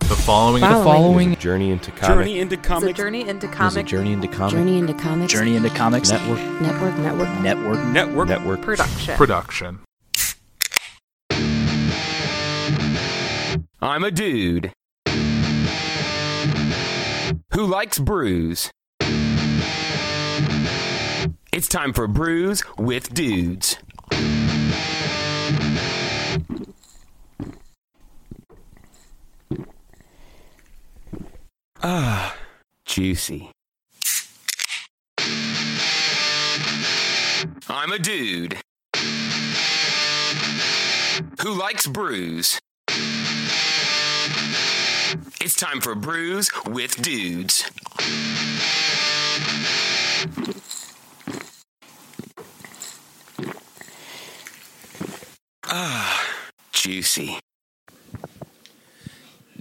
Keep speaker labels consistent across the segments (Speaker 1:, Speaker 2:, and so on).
Speaker 1: The following
Speaker 2: The following
Speaker 3: There's a journey into comic.
Speaker 4: Journey into
Speaker 5: It's a
Speaker 4: comic
Speaker 5: journey into
Speaker 6: There's a
Speaker 5: comic
Speaker 6: Journey into Comics
Speaker 7: Journey into Comics.
Speaker 8: Journey into Comics
Speaker 6: Network
Speaker 7: Network. Network.
Speaker 8: Network.
Speaker 4: network.
Speaker 3: network.
Speaker 5: production.
Speaker 1: production.
Speaker 9: I'm a dude who likes brews. It's time for Brews with Dudes. Ah, juicy. I'm a dude who likes brews. It's time for Brews with Dudes. Ah, juicy.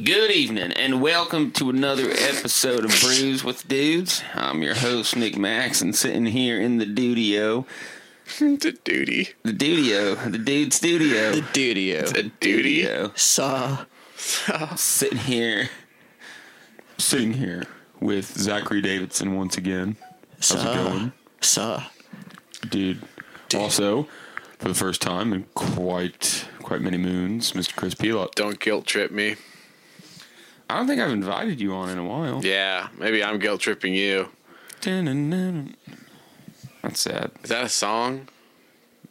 Speaker 10: Good evening, and welcome to another episode of Brews with Dudes. I'm your host, Nick Max, and sitting here in the studio,
Speaker 11: The duty.
Speaker 10: the studio, the dude studio, the studio, the
Speaker 11: duty.
Speaker 10: studio,
Speaker 11: Saw.
Speaker 10: sitting here, sitting here with Zachary Davidson once again. How's it going,
Speaker 11: Saw.
Speaker 10: dude? Also, for the first time in quite quite many moons, Mr. Chris Pilot.
Speaker 11: Don't guilt trip me.
Speaker 10: I don't think I've invited you on in a while.
Speaker 11: Yeah, maybe I'm guilt tripping you.
Speaker 10: Dun-dun-dun. That's sad.
Speaker 11: Is that a song?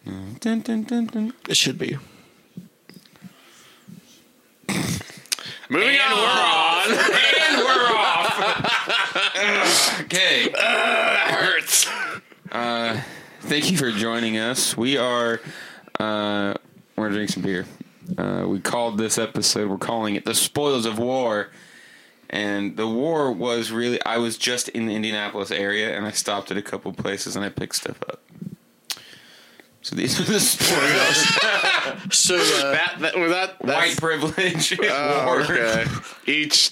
Speaker 10: Dun, dun, dun, dun.
Speaker 11: It should be. Moving on.
Speaker 10: Okay. Uh,
Speaker 11: hurts.
Speaker 10: Thank you for joining us. We are uh, we're gonna drink some beer. Uh, we called this episode. We're calling it the spoils of war. And the war was really. I was just in the Indianapolis area, and I stopped at a couple places, and I picked stuff up. So these are the spoils.
Speaker 3: So, uh,
Speaker 11: That, that, well, that,
Speaker 10: White
Speaker 11: that's,
Speaker 10: privilege.
Speaker 11: oh,
Speaker 10: war.
Speaker 11: okay. Each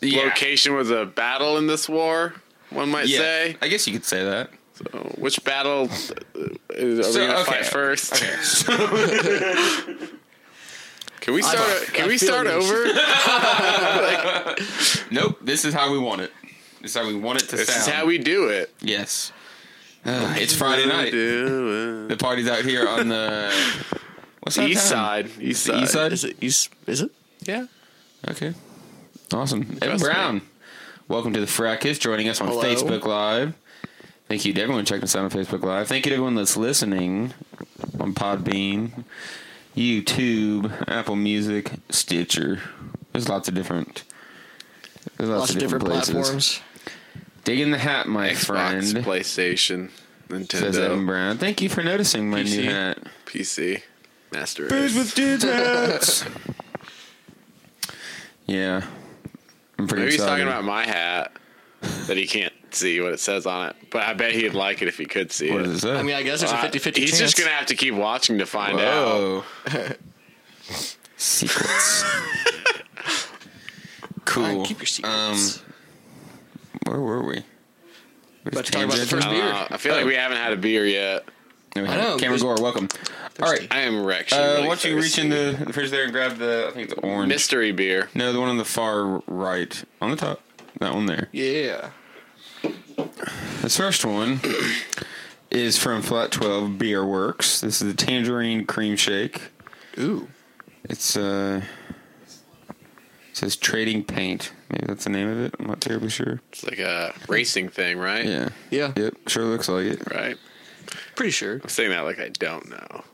Speaker 10: Yeah.
Speaker 11: location was a battle in this war, one might
Speaker 10: Yeah.
Speaker 11: say.
Speaker 10: I guess you could say that.
Speaker 11: So which battle uh, is, are we going to fight first?
Speaker 10: Okay.
Speaker 11: Can we start? can we start over?
Speaker 10: Nope. This is how we want it. This is how we want it to
Speaker 11: This
Speaker 10: sound.
Speaker 11: is how we do it.
Speaker 10: Yes. Uh, it's Friday night.
Speaker 11: Do
Speaker 10: The party's out here on the what's
Speaker 11: it.
Speaker 10: that
Speaker 11: East
Speaker 10: town?
Speaker 11: side. East
Speaker 10: The
Speaker 11: side.
Speaker 10: east side.
Speaker 3: it East? Is it?
Speaker 11: Yeah.
Speaker 10: Okay. Awesome. Evan
Speaker 11: Trust me.
Speaker 10: Brown, welcome to the Fracas. Joining us on
Speaker 3: Hello.
Speaker 10: Facebook Live. Thank you to everyone checking us out on Facebook Live. Thank you to everyone that's listening on Podbean, YouTube, Apple Music, Stitcher. There's lots of different. There's lots,
Speaker 3: Lots of different
Speaker 10: places.
Speaker 3: platforms.
Speaker 10: Dig in the hat, my
Speaker 11: Xbox,
Speaker 10: friend.
Speaker 11: PlayStation, Nintendo,
Speaker 10: Says Evan Brown. Thank you for noticing my
Speaker 11: PC.
Speaker 10: new hat.
Speaker 11: PC, Master Race.
Speaker 10: Booze with dudes hats. yeah, I'm pretty
Speaker 11: Maybe he's
Speaker 10: excited.
Speaker 11: talking about my hat that he can't see what it says on it, but I bet he'd like it if he could see
Speaker 10: what
Speaker 11: it.
Speaker 10: is that?
Speaker 3: I mean, I guess there's a
Speaker 11: Uh,
Speaker 3: 50 50
Speaker 11: he's
Speaker 3: chance.
Speaker 11: just gonna have to keep watching to find out.
Speaker 10: Whoa. secrets. cool. Um,
Speaker 3: Keep your secrets.
Speaker 10: where were we?
Speaker 3: Let's talk about the
Speaker 11: I
Speaker 3: first
Speaker 11: don't
Speaker 3: beer.
Speaker 11: know. Uh, I feel like we haven't had a beer yet.
Speaker 3: I know,
Speaker 10: Cameron
Speaker 3: there's-
Speaker 10: Gore, welcome. All right.
Speaker 11: I am wrecked.
Speaker 10: Uh, why don't you reach in the, the fridge there and grab the I think the orange.
Speaker 11: mystery beer?
Speaker 10: No, the one on the far right, on the top. That one there.
Speaker 3: Yeah.
Speaker 10: This first one is from Flat 12 Beer Works. This is the Tangerine Cream Shake.
Speaker 3: Ooh.
Speaker 10: It's, uh, it says Trading Paint. Maybe that's the name of it. I'm not terribly sure.
Speaker 11: It's like a racing thing, right?
Speaker 10: Yeah.
Speaker 3: Yeah.
Speaker 10: Yep. Sure looks like it.
Speaker 11: Right.
Speaker 3: Pretty sure.
Speaker 11: I'm saying that like I don't know.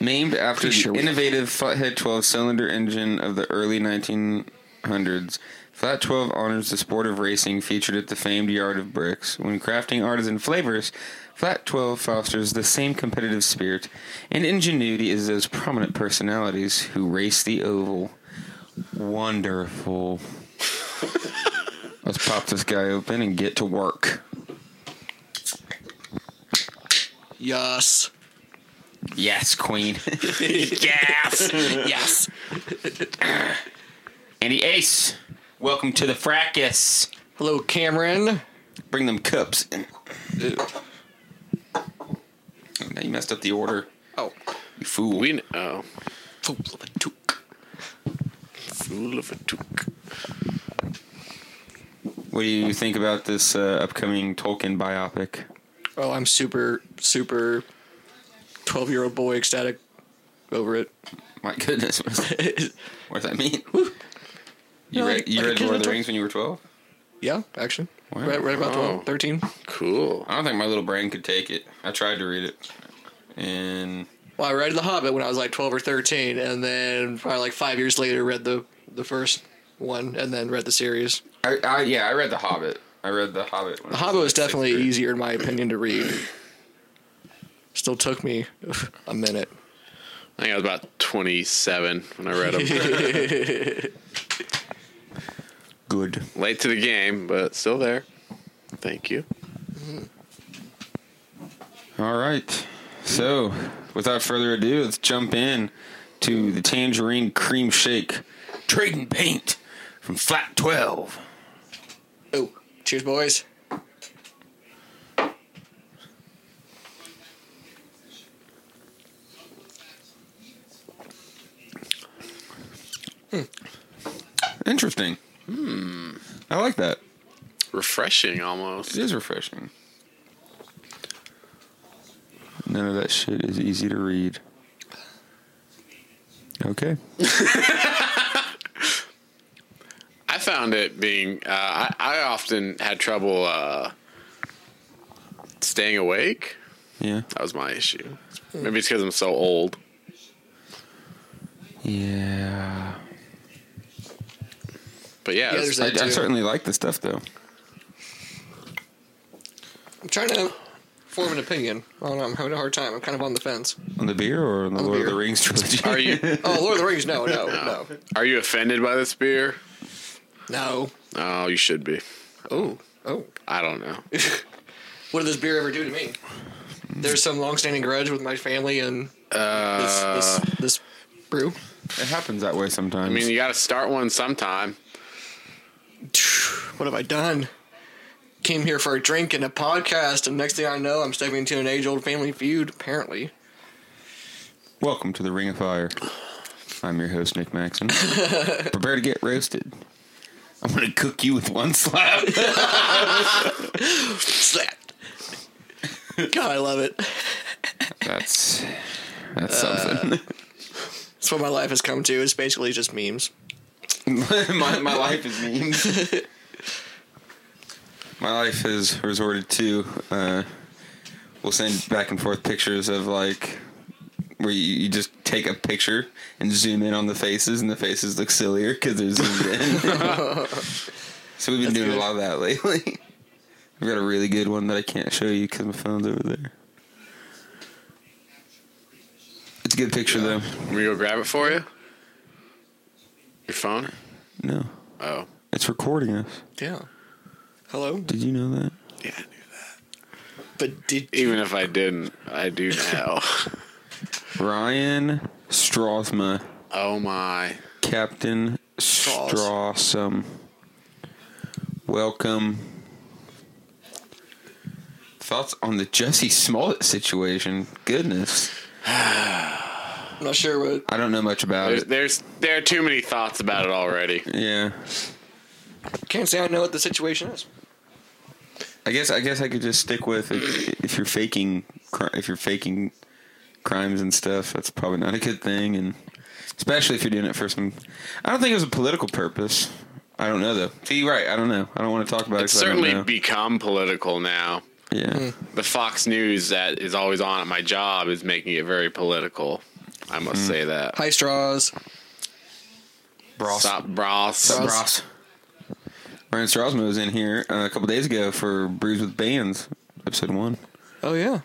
Speaker 10: Named after the
Speaker 3: Pretty sure we-
Speaker 10: innovative Flathead 12 cylinder engine of the early 1900s, Flat 12 honors the sport of racing featured at the famed Yard of Bricks. When crafting artisan flavors, Flat 12 fosters the same competitive spirit and ingenuity as those prominent personalities who race the oval. Wonderful. I Let's pop this guy open and get to work.
Speaker 3: Yes.
Speaker 10: Yes, queen.
Speaker 3: yes. yes.
Speaker 10: Andy Ace, welcome to the fracas.
Speaker 3: Hello, Cameron.
Speaker 10: Bring them cups. oh, Now you messed up the order.
Speaker 3: Oh.
Speaker 10: You fool.
Speaker 11: We kn- oh,
Speaker 3: Fool of a took.
Speaker 11: fool of a took.
Speaker 10: What do you think about this uh, upcoming Tolkien biopic?
Speaker 3: Oh, I'm super, super 12 year old boy ecstatic over it.
Speaker 10: My goodness, what does that, what does that mean? You
Speaker 3: No,
Speaker 10: read,
Speaker 3: like-
Speaker 10: you
Speaker 3: like a
Speaker 10: read
Speaker 3: kid
Speaker 10: Lord
Speaker 3: in
Speaker 10: of the
Speaker 3: tw-
Speaker 10: Rings when you were 12?
Speaker 3: yeah, actually.
Speaker 10: Wow.
Speaker 3: Right, right about 12, 13.
Speaker 11: Cool.
Speaker 10: I don't think my little brain could take it. I tried to read it. And
Speaker 3: Well, I read The Hobbit when I was like 12 or 13, and then probably like five years later read the, the first one and then read the series.
Speaker 10: I, I yeah, I read The Hobbit. I read The Hobbit. When
Speaker 3: The
Speaker 10: I
Speaker 3: Hobbit
Speaker 10: in
Speaker 3: was
Speaker 10: sixth
Speaker 3: definitely
Speaker 10: grade.
Speaker 3: easier, in my opinion, to read. Still took me a minute.
Speaker 11: I think I was about 27 when I read them.
Speaker 10: Good.
Speaker 11: Late to the game, but still there. Thank you.
Speaker 10: All right. So, without further ado, let's jump in to the Tangerine Cream Shake Trading Paint from Flat 12.
Speaker 3: Oh, cheers, boys.
Speaker 10: Hmm. Interesting. Hmm. I like that.
Speaker 11: Refreshing almost.
Speaker 10: It is refreshing. None of that shit is easy to read. Okay.
Speaker 11: I found it being. Uh, I, I often had trouble uh, staying awake.
Speaker 10: Yeah.
Speaker 11: That was my issue. Maybe it's because I'm so old.
Speaker 10: Yeah.
Speaker 11: But yeah,
Speaker 3: Yeah,
Speaker 11: it's-
Speaker 3: there's
Speaker 10: I,
Speaker 3: that
Speaker 10: I
Speaker 3: too.
Speaker 10: certainly like the stuff though.
Speaker 3: I'm trying to form an opinion. I don't know. I'm having a hard time. I'm kind of on the fence.
Speaker 10: On the beer or on
Speaker 3: the
Speaker 10: the Lord of the
Speaker 3: beer.
Speaker 10: Rings trilogy?
Speaker 11: are you
Speaker 3: Oh, Lord of the Rings. No, no, no,
Speaker 11: are you offended by this beer?
Speaker 3: no.
Speaker 11: Oh, you should be.
Speaker 3: Oh, oh.
Speaker 11: I don't know.
Speaker 3: What did this beer ever do to me? There's some long-standing grudge with my family and this, this, this brew.
Speaker 10: It happens that way sometimes.
Speaker 11: I mean, you got to start one sometime.
Speaker 3: What have I done? Came here for a drink and a podcast, and next thing I know, I'm stepping into an age-old family feud. Apparently,
Speaker 10: Welcome to the Ring of Fire. I'm your host, Nick Maxon. Prepare to get roasted. I'm gonna cook you with one slap.
Speaker 3: slapped. God, I love it.
Speaker 10: That's that's
Speaker 3: Uh,
Speaker 10: something.
Speaker 3: That's what my life has come to. It's basically just memes.
Speaker 10: my, my life is memes. my life has resorted to. Uh, we'll send back and forth pictures of like where you, you just take a picture and zoom in on the faces, and the faces look sillier because they're zoomed in. so we've been doing
Speaker 3: good.
Speaker 10: a lot of that lately. I've got a really good one that I can't show you because my phone's over there. It's a good picture though.
Speaker 11: Let me go grab it for you. Your phone?
Speaker 10: No,
Speaker 11: Oh,
Speaker 10: it's recording us.
Speaker 3: Yeah. Hello.
Speaker 10: Did you know that?
Speaker 11: yeah. I knew that.
Speaker 3: But did
Speaker 11: Even if I didn't, I do now.
Speaker 10: Ryan Strothma,
Speaker 11: oh my!
Speaker 10: Captain
Speaker 3: Straws.
Speaker 10: Strawsome. Welcome. Thoughts on the Jesse Smollett situation? Goodness,
Speaker 3: I'm not sure what
Speaker 10: I don't know much about
Speaker 11: There's,
Speaker 10: it.
Speaker 11: there's there are too many thoughts about it already.
Speaker 10: Yeah,
Speaker 3: Can't say I know what the situation is.
Speaker 10: I guess I guess I could just stick with if, if you're faking cri- if you're faking crimes and stuff. That's probably not a good thing, and especially if you're doing it for some. I don't think it was a political purpose. I don't know though. See, you're right. I don't know. I don't want to talk about
Speaker 11: It's
Speaker 10: it. 'cause I don't
Speaker 11: certainly
Speaker 10: know.
Speaker 11: become political now.
Speaker 10: yeah.
Speaker 11: The Fox News that is always on at my job is making it very political. I must say that.
Speaker 3: High straws.
Speaker 10: Bros.
Speaker 11: Stop Bros.
Speaker 3: Stop Bros.
Speaker 10: Ryan Strasman was in here uh, a couple days ago for Brews with Bands, episode one.
Speaker 3: Oh yeah.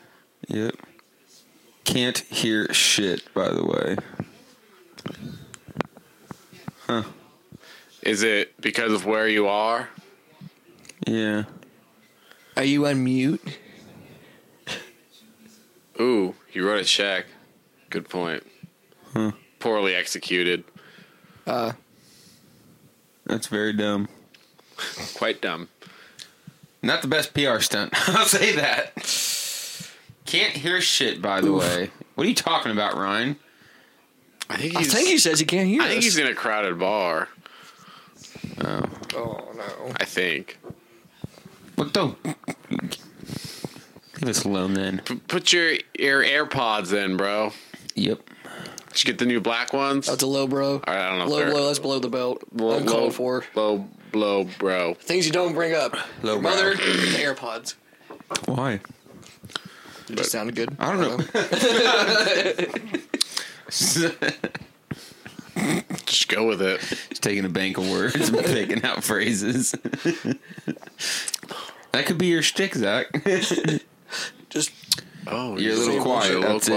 Speaker 10: Yep. Can't hear shit, by the way.
Speaker 11: Is it because of where you are?
Speaker 10: Yeah.
Speaker 3: Are you on mute?
Speaker 11: Ooh, he wrote a check. Good point. Poorly executed.
Speaker 10: That's very dumb.
Speaker 11: Quite dumb.
Speaker 10: Not the best PR stunt. I'll say that. Can't hear shit, by the way. What are you talking about, Ryan?
Speaker 11: I think
Speaker 3: I
Speaker 11: he's.
Speaker 3: think he says he can't hear
Speaker 11: I think
Speaker 3: us.
Speaker 11: he's in a crowded bar.
Speaker 3: oh no.
Speaker 11: I think.
Speaker 10: What the? Leave us alone then.
Speaker 11: P- put your your AirPods in, bro.
Speaker 10: Yep.
Speaker 11: Did you get the new black ones?
Speaker 3: That's a low, bro.
Speaker 11: I don't know if
Speaker 3: Low,
Speaker 11: they're-
Speaker 3: low. That's below the belt.
Speaker 11: Low-
Speaker 3: Uncalled
Speaker 11: low-
Speaker 3: for.
Speaker 11: Low, low, bro.
Speaker 3: Things you don't bring up.
Speaker 10: Low,
Speaker 3: Your
Speaker 10: bro.
Speaker 3: mother, the AirPods.
Speaker 10: Why?
Speaker 3: It just sounded good.
Speaker 10: I don't know.
Speaker 11: Just go with it.
Speaker 10: Just taking a bank of words and picking out phrases. that could be your shtick, Zach.
Speaker 3: Just
Speaker 11: Oh,
Speaker 10: You're a little quiet, that's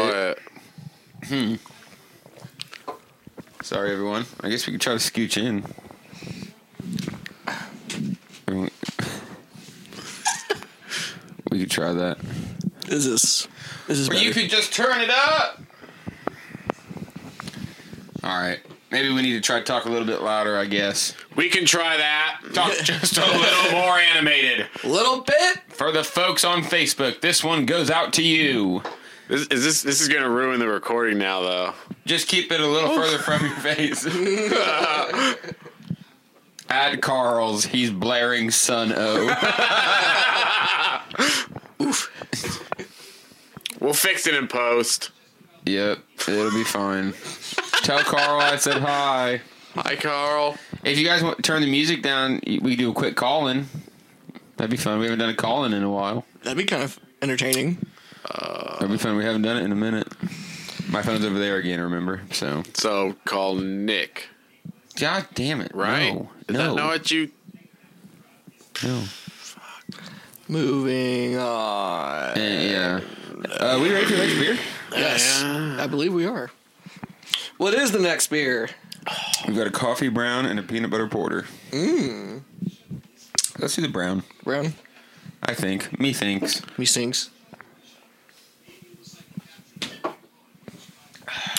Speaker 10: it. Sorry, everyone. I guess we could try to scooch in. Everyone- we could try that.
Speaker 3: is this? Is this?
Speaker 10: Or you
Speaker 3: better?
Speaker 10: could just turn it up. All right. Maybe we need to try to talk a little bit louder, I guess.
Speaker 11: We can try that.
Speaker 10: Talk just a
Speaker 11: little more animated.
Speaker 3: little bit.
Speaker 10: For the folks on Facebook, this one goes out to you.
Speaker 11: This is this. This is gonna ruin the recording now, though.
Speaker 10: Just keep it a little further from your face. At Carl's, he's blaring Sun O.
Speaker 11: We'll fix it in post.
Speaker 10: yep, it'll be fine. Tell Carl I said hi.
Speaker 11: Hi, Carl.
Speaker 10: If you guys want to turn the music down, y- we can do a quick call in. That'd be fun. We haven't done a call in in a while.
Speaker 3: That'd be kind of entertaining.
Speaker 10: That'd be fun. We haven't done it in a minute. My phone's over there again, remember? So.
Speaker 11: So call Nick.
Speaker 10: God damn it.
Speaker 11: Right?
Speaker 10: No.
Speaker 11: Is
Speaker 10: no.
Speaker 11: that not what you?
Speaker 10: no.
Speaker 3: Moving on.
Speaker 10: Eh, yeah. Uh, we ready for the next beer?
Speaker 3: Yes, I believe we are. What is the next beer?
Speaker 10: We've got a coffee brown and a peanut butter porter. Mmm. Let's do the brown.
Speaker 3: Brown.
Speaker 10: I think. Me thinks.
Speaker 3: Me sings.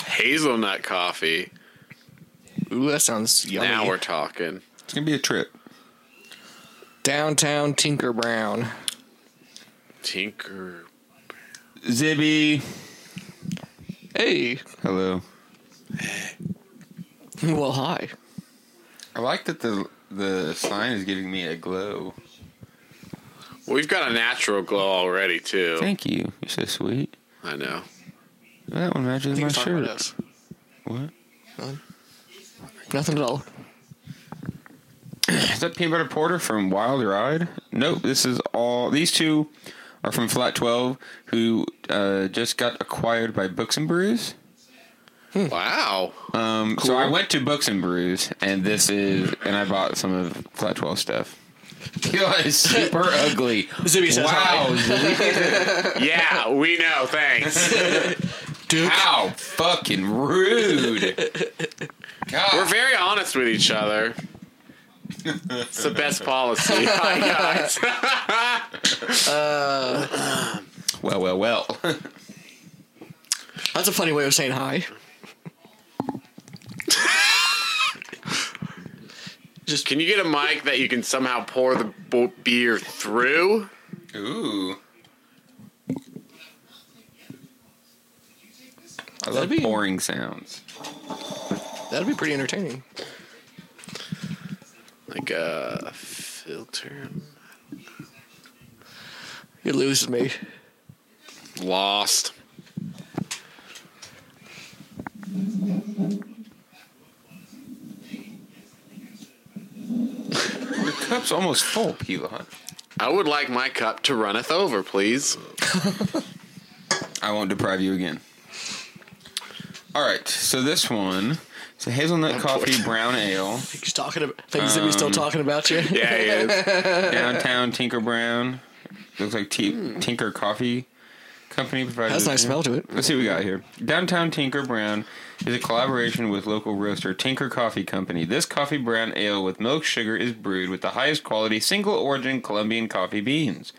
Speaker 11: Hazelnut coffee.
Speaker 3: Ooh, that sounds yummy.
Speaker 11: Now we're talking.
Speaker 10: It's gonna be a trip.
Speaker 3: downtown Tinker Brown.
Speaker 11: Tinker.
Speaker 10: Zibby.
Speaker 3: Hey.
Speaker 10: Hello.
Speaker 3: Well, hi.
Speaker 10: I like that the the sign is giving me a glow.
Speaker 11: We've got a natural glow already too.
Speaker 10: Thank you. You're so sweet.
Speaker 11: I know.
Speaker 10: That one matches my
Speaker 3: He's talking about
Speaker 10: shirt.
Speaker 3: us.
Speaker 10: What?
Speaker 3: Nothing at all.
Speaker 10: Is that peanut butter porter from Wild Ride? Nope. This is all. These two are from Flat Twelve, who uh, just got acquired by Books and Brews.
Speaker 11: Wow.
Speaker 10: Um, So I went to Books and Brews, and this is, and I bought some of Flat Twelve stuff. It is super ugly.
Speaker 3: Zibby says
Speaker 10: wow, Zibby.
Speaker 11: Yeah, we know. Thanks.
Speaker 10: how fucking rude. God.
Speaker 11: We're very honest with each other. It's the best policy. Hi, guys.
Speaker 10: well, well, well.
Speaker 3: That's a funny way of saying hi.
Speaker 11: Can you get a mic that you can somehow pour the bo- beer through?
Speaker 10: Ooh. I love
Speaker 3: That'd be-
Speaker 10: pouring sounds.
Speaker 3: That'd be pretty entertaining.
Speaker 11: Like a filter.
Speaker 3: It loses me.
Speaker 11: Lost.
Speaker 10: Cup's almost full, Pilot.
Speaker 11: I would like my cup to runneth over, please.
Speaker 10: I won't deprive you again. All right, so this one it's a
Speaker 3: Oh,
Speaker 10: hazelnut coffee brown ale,
Speaker 3: He's talking about things that we still talking about you.
Speaker 11: Yeah, yeah.
Speaker 10: downtown Tinker Brown. Looks like t- Tinker Coffee Company provided.
Speaker 3: Has a nice smell to it.
Speaker 10: Let's see what we got here. Downtown Tinker Brown is a collaboration with local roaster Tinker Coffee Company. This coffee brown ale with milk sugar is brewed with the highest quality single origin Colombian coffee beans.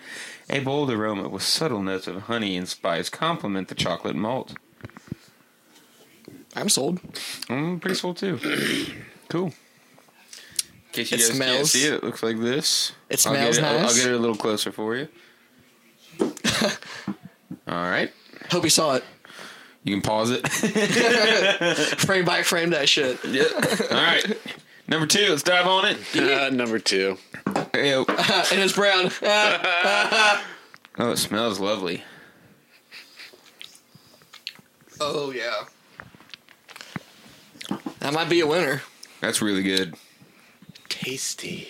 Speaker 10: A bold aroma with subtle notes of honey and spice complement the chocolate malt.
Speaker 3: I'm sold.
Speaker 10: Mm, pretty sold too. cool. In case you
Speaker 3: It
Speaker 10: guys can't
Speaker 3: smells-
Speaker 10: see it, it looks like this.
Speaker 3: It
Speaker 10: I'll get
Speaker 3: smells
Speaker 10: it- I'll- I'll
Speaker 3: nice.
Speaker 10: get it a little closer for you. All right.
Speaker 3: Hope you saw it.
Speaker 10: You can pause it.
Speaker 3: Frame by frame that shit.
Speaker 10: All right. Number two, let's dive on it.
Speaker 11: Uh, number two.
Speaker 10: Ew.
Speaker 3: and it's brown. Ah.
Speaker 10: Oh, it smells lovely.
Speaker 3: oh yeah. That might be a winner.
Speaker 10: That's really good.
Speaker 11: Tasty.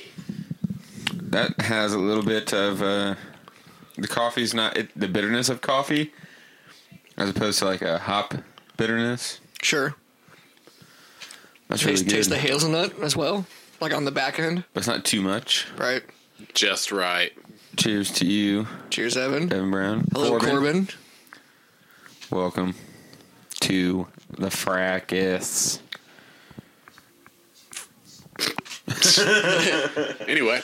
Speaker 10: That has a little bit of uh, the coffee's not it, the bitterness of coffee, as opposed to like a hop bitterness.
Speaker 3: Sure.
Speaker 10: That's really
Speaker 3: Taste,
Speaker 10: good.
Speaker 3: taste the hazelnut as well, like on the back end.
Speaker 10: but it's not too much.
Speaker 3: Right.
Speaker 11: Just right.
Speaker 10: Cheers to you,
Speaker 3: Cheers, Evan.
Speaker 10: Evan Brown.
Speaker 3: Hello, Corbin.
Speaker 10: Welcome to the fracas.
Speaker 11: Anyway,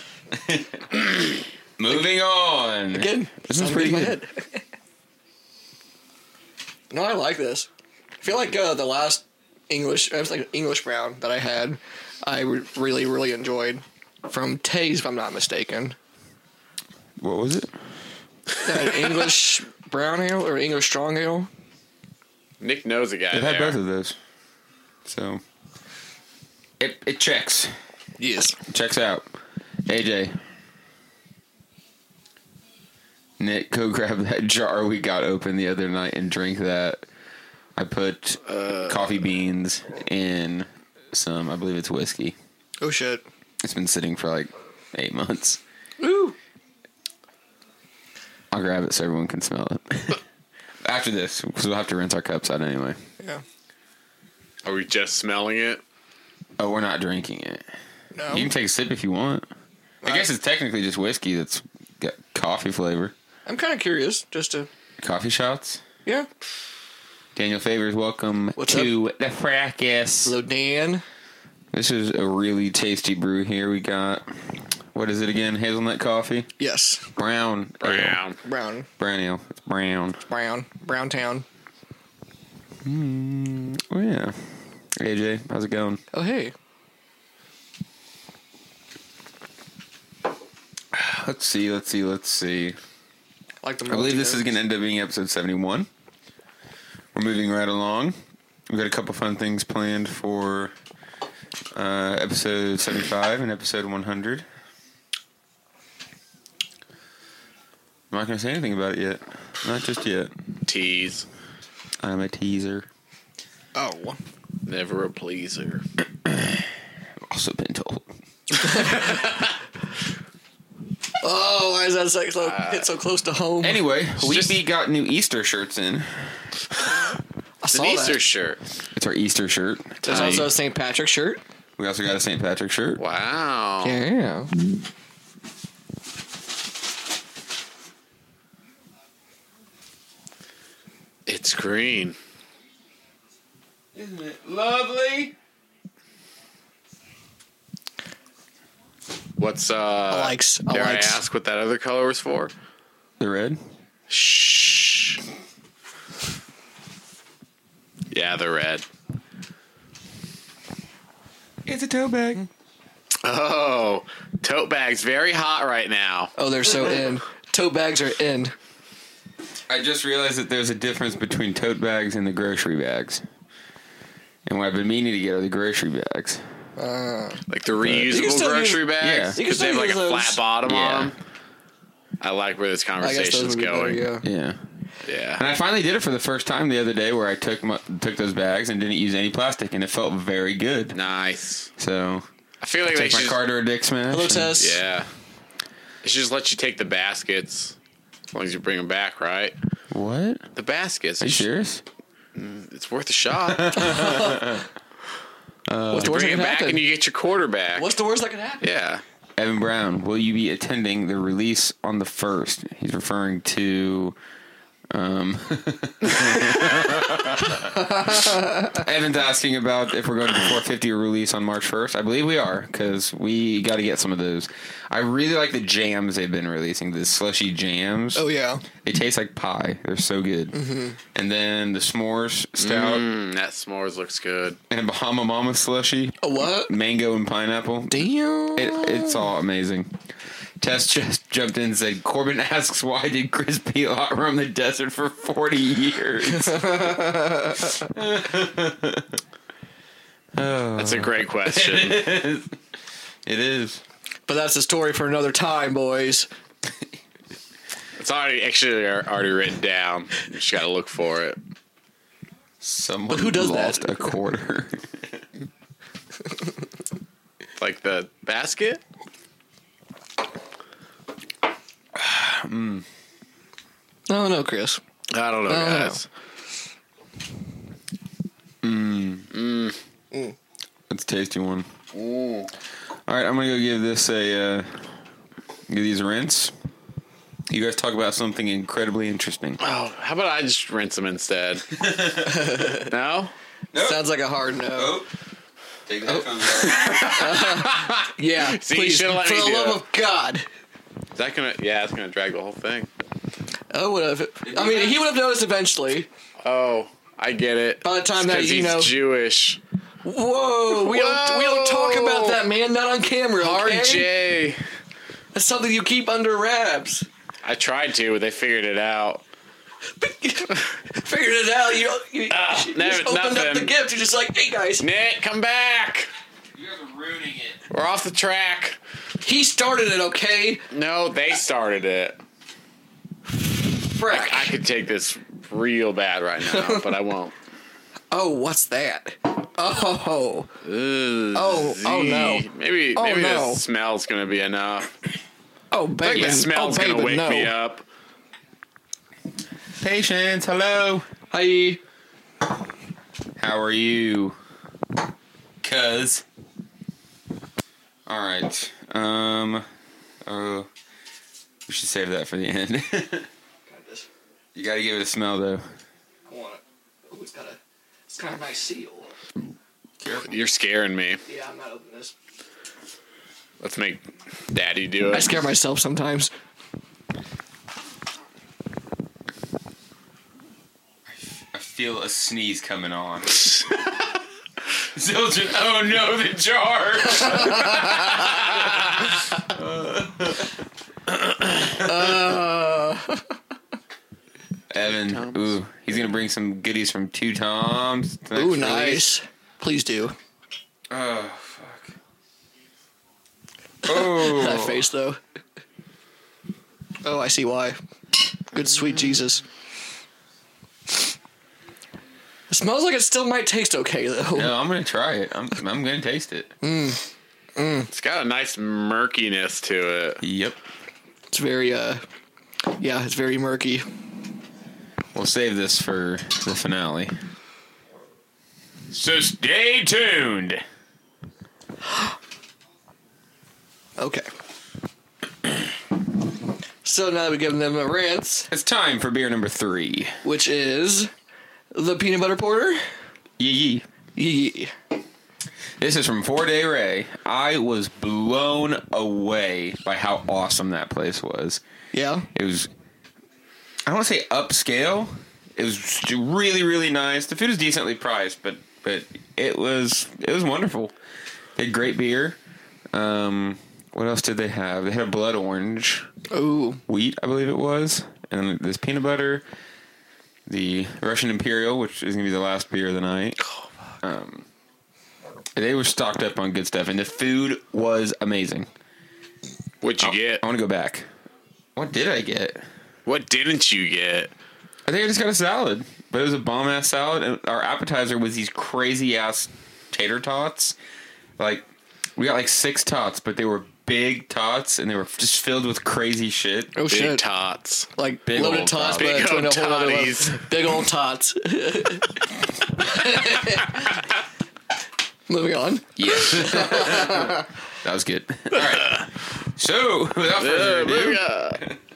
Speaker 10: Moving on.
Speaker 3: Again,
Speaker 10: This is
Speaker 3: I'm
Speaker 10: pretty
Speaker 3: losing my
Speaker 10: good.
Speaker 3: head. no, I like this. I feel like uh, the last English, I was like English brown that I had, I re- really, really enjoyed from Taze, if I'm not mistaken.
Speaker 10: What was it?
Speaker 3: That English brown ale or English strong ale.
Speaker 11: Nick knows a guy.
Speaker 10: It had
Speaker 11: there.
Speaker 10: both of those. So it it checks.
Speaker 3: Yes.
Speaker 10: Checks out. AJ. Nick, go grab that jar we got open the other night and drink that. I put coffee beans in some, I believe it's whiskey.
Speaker 3: Oh shit.
Speaker 10: It's been sitting for like eight months.
Speaker 3: Ooh.
Speaker 10: I'll grab it so everyone can smell it. After this, because we'll have to rinse our cups out anyway.
Speaker 3: Yeah.
Speaker 11: Are we just smelling it?
Speaker 10: Oh, we're not drinking it.
Speaker 3: No.
Speaker 10: You can take a sip if you want. I guess it's technically just whiskey that's got coffee flavor.
Speaker 3: I'm kind of curious, just to
Speaker 10: Coffee shots.
Speaker 3: yeah.
Speaker 10: Daniel Favors, welcome
Speaker 3: What's
Speaker 10: to the fracas.
Speaker 3: Hello, Dan.
Speaker 10: This is a really tasty brew here. We got what is it again? Hazelnut coffee,
Speaker 3: Yes,
Speaker 10: brown, ale.
Speaker 11: Brown.
Speaker 3: brown,
Speaker 10: brown ale. It's brown.
Speaker 3: brown, brown town.
Speaker 10: Oh yeah. AJ, how's it going?
Speaker 3: Oh hey,
Speaker 10: Let's see. Let's see. Let's see.
Speaker 3: I like the.
Speaker 10: I believe this is going to end up being episode 71. We're moving right along. We've got a couple fun things planned for uh, episode 75 and episode 100. I'm not going to say anything about it yet. Not just yet.
Speaker 11: Tease.
Speaker 10: I'm a teaser.
Speaker 3: Oh,
Speaker 11: Never a pleaser.
Speaker 10: Also been told.
Speaker 3: oh, why is that so, so, hit so close to home?
Speaker 10: Anyway, we
Speaker 11: just-
Speaker 10: got new Easter shirts in.
Speaker 3: I
Speaker 11: It's
Speaker 3: saw
Speaker 11: an Easter
Speaker 3: that.
Speaker 11: shirt.
Speaker 10: It's our Easter shirt.
Speaker 3: There's also a St. Patrick shirt.
Speaker 10: We also got a St. Patrick shirt.
Speaker 11: Wow.
Speaker 3: Yeah.
Speaker 11: It's green.
Speaker 10: Isn't it lovely?
Speaker 11: What's uh? I
Speaker 3: likes- I
Speaker 11: Dare I
Speaker 3: likes.
Speaker 11: ask what that other color was for?
Speaker 10: The red?
Speaker 11: Shh. Yeah, the red.
Speaker 10: It's a tote bag.
Speaker 11: Oh, tote bags very hot right now.
Speaker 3: Oh, they're so in. Tote bags are in.
Speaker 10: I just realized that there's a difference between tote bags and the grocery bags. And what I've been meaning to get are the grocery bags.
Speaker 11: Like the
Speaker 3: can
Speaker 11: reusable
Speaker 3: still
Speaker 11: grocery
Speaker 3: use-
Speaker 11: bags.
Speaker 10: Yeah.
Speaker 3: You can
Speaker 11: Because they have
Speaker 3: still
Speaker 11: like a
Speaker 3: use those.
Speaker 11: flat bottom
Speaker 10: Yeah.
Speaker 11: on them. I like where this
Speaker 3: I guess those
Speaker 11: conversation's
Speaker 3: would be better,
Speaker 11: going.
Speaker 3: yeah.
Speaker 10: Yeah.
Speaker 11: yeah.
Speaker 10: And I finally did it for the first time the other day where I took my, took those bags and didn't use any plastic and it felt very good.
Speaker 11: Nice.
Speaker 10: So,
Speaker 11: I feel like they
Speaker 10: take my
Speaker 11: should.
Speaker 10: car to a dick smash.
Speaker 3: Hello,
Speaker 10: and-
Speaker 3: Tess.
Speaker 11: Yeah. It should just let you take the baskets as long as you bring them back, right?
Speaker 10: What?
Speaker 11: The baskets.
Speaker 10: Are you serious?
Speaker 11: It's worth a shot.
Speaker 3: What's the worst
Speaker 11: bring
Speaker 3: that
Speaker 11: it
Speaker 3: could
Speaker 11: back
Speaker 3: happen?
Speaker 11: and you get your quarterback.
Speaker 3: What's the worst that could happen?
Speaker 11: Yeah.
Speaker 10: Evan Brown, will you be attending the release on the 1st? He's referring to um, Evan's asking about if we're going to the 450 release on March 1st. I believe we are because we got to get some of those. I really like the jams they've been releasing, the slushy jams.
Speaker 3: Oh yeah.
Speaker 10: They taste like pie. They're so good. And then the s'mores stout
Speaker 11: Mm, that s'mores looks good.
Speaker 10: and Bahama Mama slushy,
Speaker 3: A what?
Speaker 10: mango and pineapple.
Speaker 3: Damn.
Speaker 10: It, it's all amazing. Tess just jumped in and said, Corbin asks, why did Chris Pilat roam the desert for 40 years?
Speaker 11: That's
Speaker 3: Uh.
Speaker 11: a great question.
Speaker 10: It is.
Speaker 3: but that's a story for another time, boys.
Speaker 11: it's already actually ar- already written down. You just gotta look for it.
Speaker 10: Someone
Speaker 3: who does
Speaker 10: lost
Speaker 3: that?
Speaker 10: a quarter.
Speaker 11: Like the basket.
Speaker 3: No, no, Chris.
Speaker 11: I don't know,
Speaker 3: don't
Speaker 11: guys.
Speaker 10: That's a tasty one. All right, I'm gonna go give this a uh, give these a rinse. You guys talk about something incredibly interesting.
Speaker 11: Oh, how about I just rinse them instead? no.
Speaker 3: Sounds like a hard no.
Speaker 10: Take
Speaker 3: Oh.
Speaker 10: the headphones off.
Speaker 3: Yeah,
Speaker 11: See, you
Speaker 3: please.
Speaker 11: should've let
Speaker 3: for
Speaker 11: me
Speaker 3: the
Speaker 11: do
Speaker 3: love
Speaker 11: it.
Speaker 3: of God.
Speaker 11: Is that gonna? Yeah, it's gonna drag the whole thing.
Speaker 3: Oh, would have. I mean, he would have noticed eventually.
Speaker 11: Oh, I get it.
Speaker 3: By the time
Speaker 11: It's
Speaker 3: that,
Speaker 11: 'cause
Speaker 3: you
Speaker 11: he's
Speaker 3: know-
Speaker 11: Jewish.
Speaker 3: Whoa, we don't we don't talk
Speaker 11: Whoa.
Speaker 3: about that, man. Not on camera. Okay?
Speaker 11: RJ.
Speaker 3: That's something you keep under wraps.
Speaker 11: I tried to, but they figured it out.
Speaker 3: Figured it out. You, you, you
Speaker 11: no,
Speaker 3: just opened up
Speaker 11: Ah, nothing.
Speaker 3: the gift. You're just like, hey guys,
Speaker 11: Nick, come back.
Speaker 10: You guys are ruining it.
Speaker 11: We're off the track.
Speaker 3: he started it. Okay,
Speaker 11: No, they started it.
Speaker 3: frick.
Speaker 11: I could take this real bad right now, but I won't.
Speaker 3: Oh, what's that? Oh,
Speaker 11: oh,
Speaker 3: oh, no.
Speaker 11: Maybe
Speaker 3: Oh,
Speaker 11: maybe
Speaker 3: no.
Speaker 11: the smell's gonna be enough.
Speaker 3: oh,
Speaker 11: I think
Speaker 3: baby.
Speaker 11: the smell's
Speaker 3: oh, baby,
Speaker 11: gonna wake
Speaker 3: no.
Speaker 11: me up.
Speaker 10: Patience. Hello.
Speaker 3: Hi.
Speaker 10: How are you? Cuz. All right. Um. Oh. we should save that for the end. you gotta give it a smell though.
Speaker 3: I want it. Ooh, it's got a, it's got a nice seal.
Speaker 11: You're scaring me.
Speaker 3: Yeah, I'm not opening this.
Speaker 11: Let's make Daddy do
Speaker 3: I
Speaker 11: it.
Speaker 3: scare myself sometimes.
Speaker 10: I feel a sneeze coming on. Zildjian, oh no, the jar! Evan, ooh, he's gonna bring some goodies from Two Toms. to the
Speaker 3: Ooh,
Speaker 10: next
Speaker 3: nice.
Speaker 10: release.
Speaker 3: Please do.
Speaker 10: Oh, fuck. Oh,
Speaker 3: That face though. Oh, I see why. Good sweet
Speaker 10: Mm.
Speaker 3: Jesus. It smells like it still might taste okay though.
Speaker 10: no, I'm gonna try it. I'm, I'm gonna taste it.
Speaker 11: It's got a nice murkiness to it.
Speaker 10: Yep.
Speaker 3: It's very uh yeah, it's very murky.
Speaker 10: We'll save this for the finale.
Speaker 11: So stay tuned.
Speaker 3: Okay. So now that we've given them a rinse,
Speaker 10: It's time for beer number three.
Speaker 3: which is the peanut butter porter.
Speaker 10: Yee yee.
Speaker 3: Yee.
Speaker 10: This is from Four Day Ray. I was blown away by how awesome that place was.
Speaker 3: Yeah.
Speaker 10: It was, I don't want to say upscale. It was really, really nice. The food is decently priced, but but it was it was wonderful. They had great beer. Um, what else did they have? They had a blood orange
Speaker 3: Ooh.
Speaker 10: wheat, I believe it was, and this peanut butter, the Russian Imperial, which is gonna be the last beer of the night. Um, they were stocked up on good stuff, and the food was amazing.
Speaker 11: What'd you get?
Speaker 10: I want to go back. What did I get?
Speaker 11: What didn't you get?
Speaker 10: I think I just got a salad, but it was a bomb ass salad. And our appetizer was these crazy ass tater tots. Like we got like six tots, but they were big tots, and they were just filled with crazy shit.
Speaker 3: Oh
Speaker 11: Big
Speaker 3: shit.
Speaker 11: tots.
Speaker 3: like
Speaker 10: Big
Speaker 3: loaded
Speaker 10: old
Speaker 3: tots,
Speaker 10: tots.
Speaker 3: but
Speaker 11: Big
Speaker 3: it's
Speaker 11: old
Speaker 3: a whole other level.
Speaker 11: toddies.
Speaker 3: Big old tots. Moving on.
Speaker 10: Yes. that was good. All right. So, without further ado,
Speaker 11: Luca.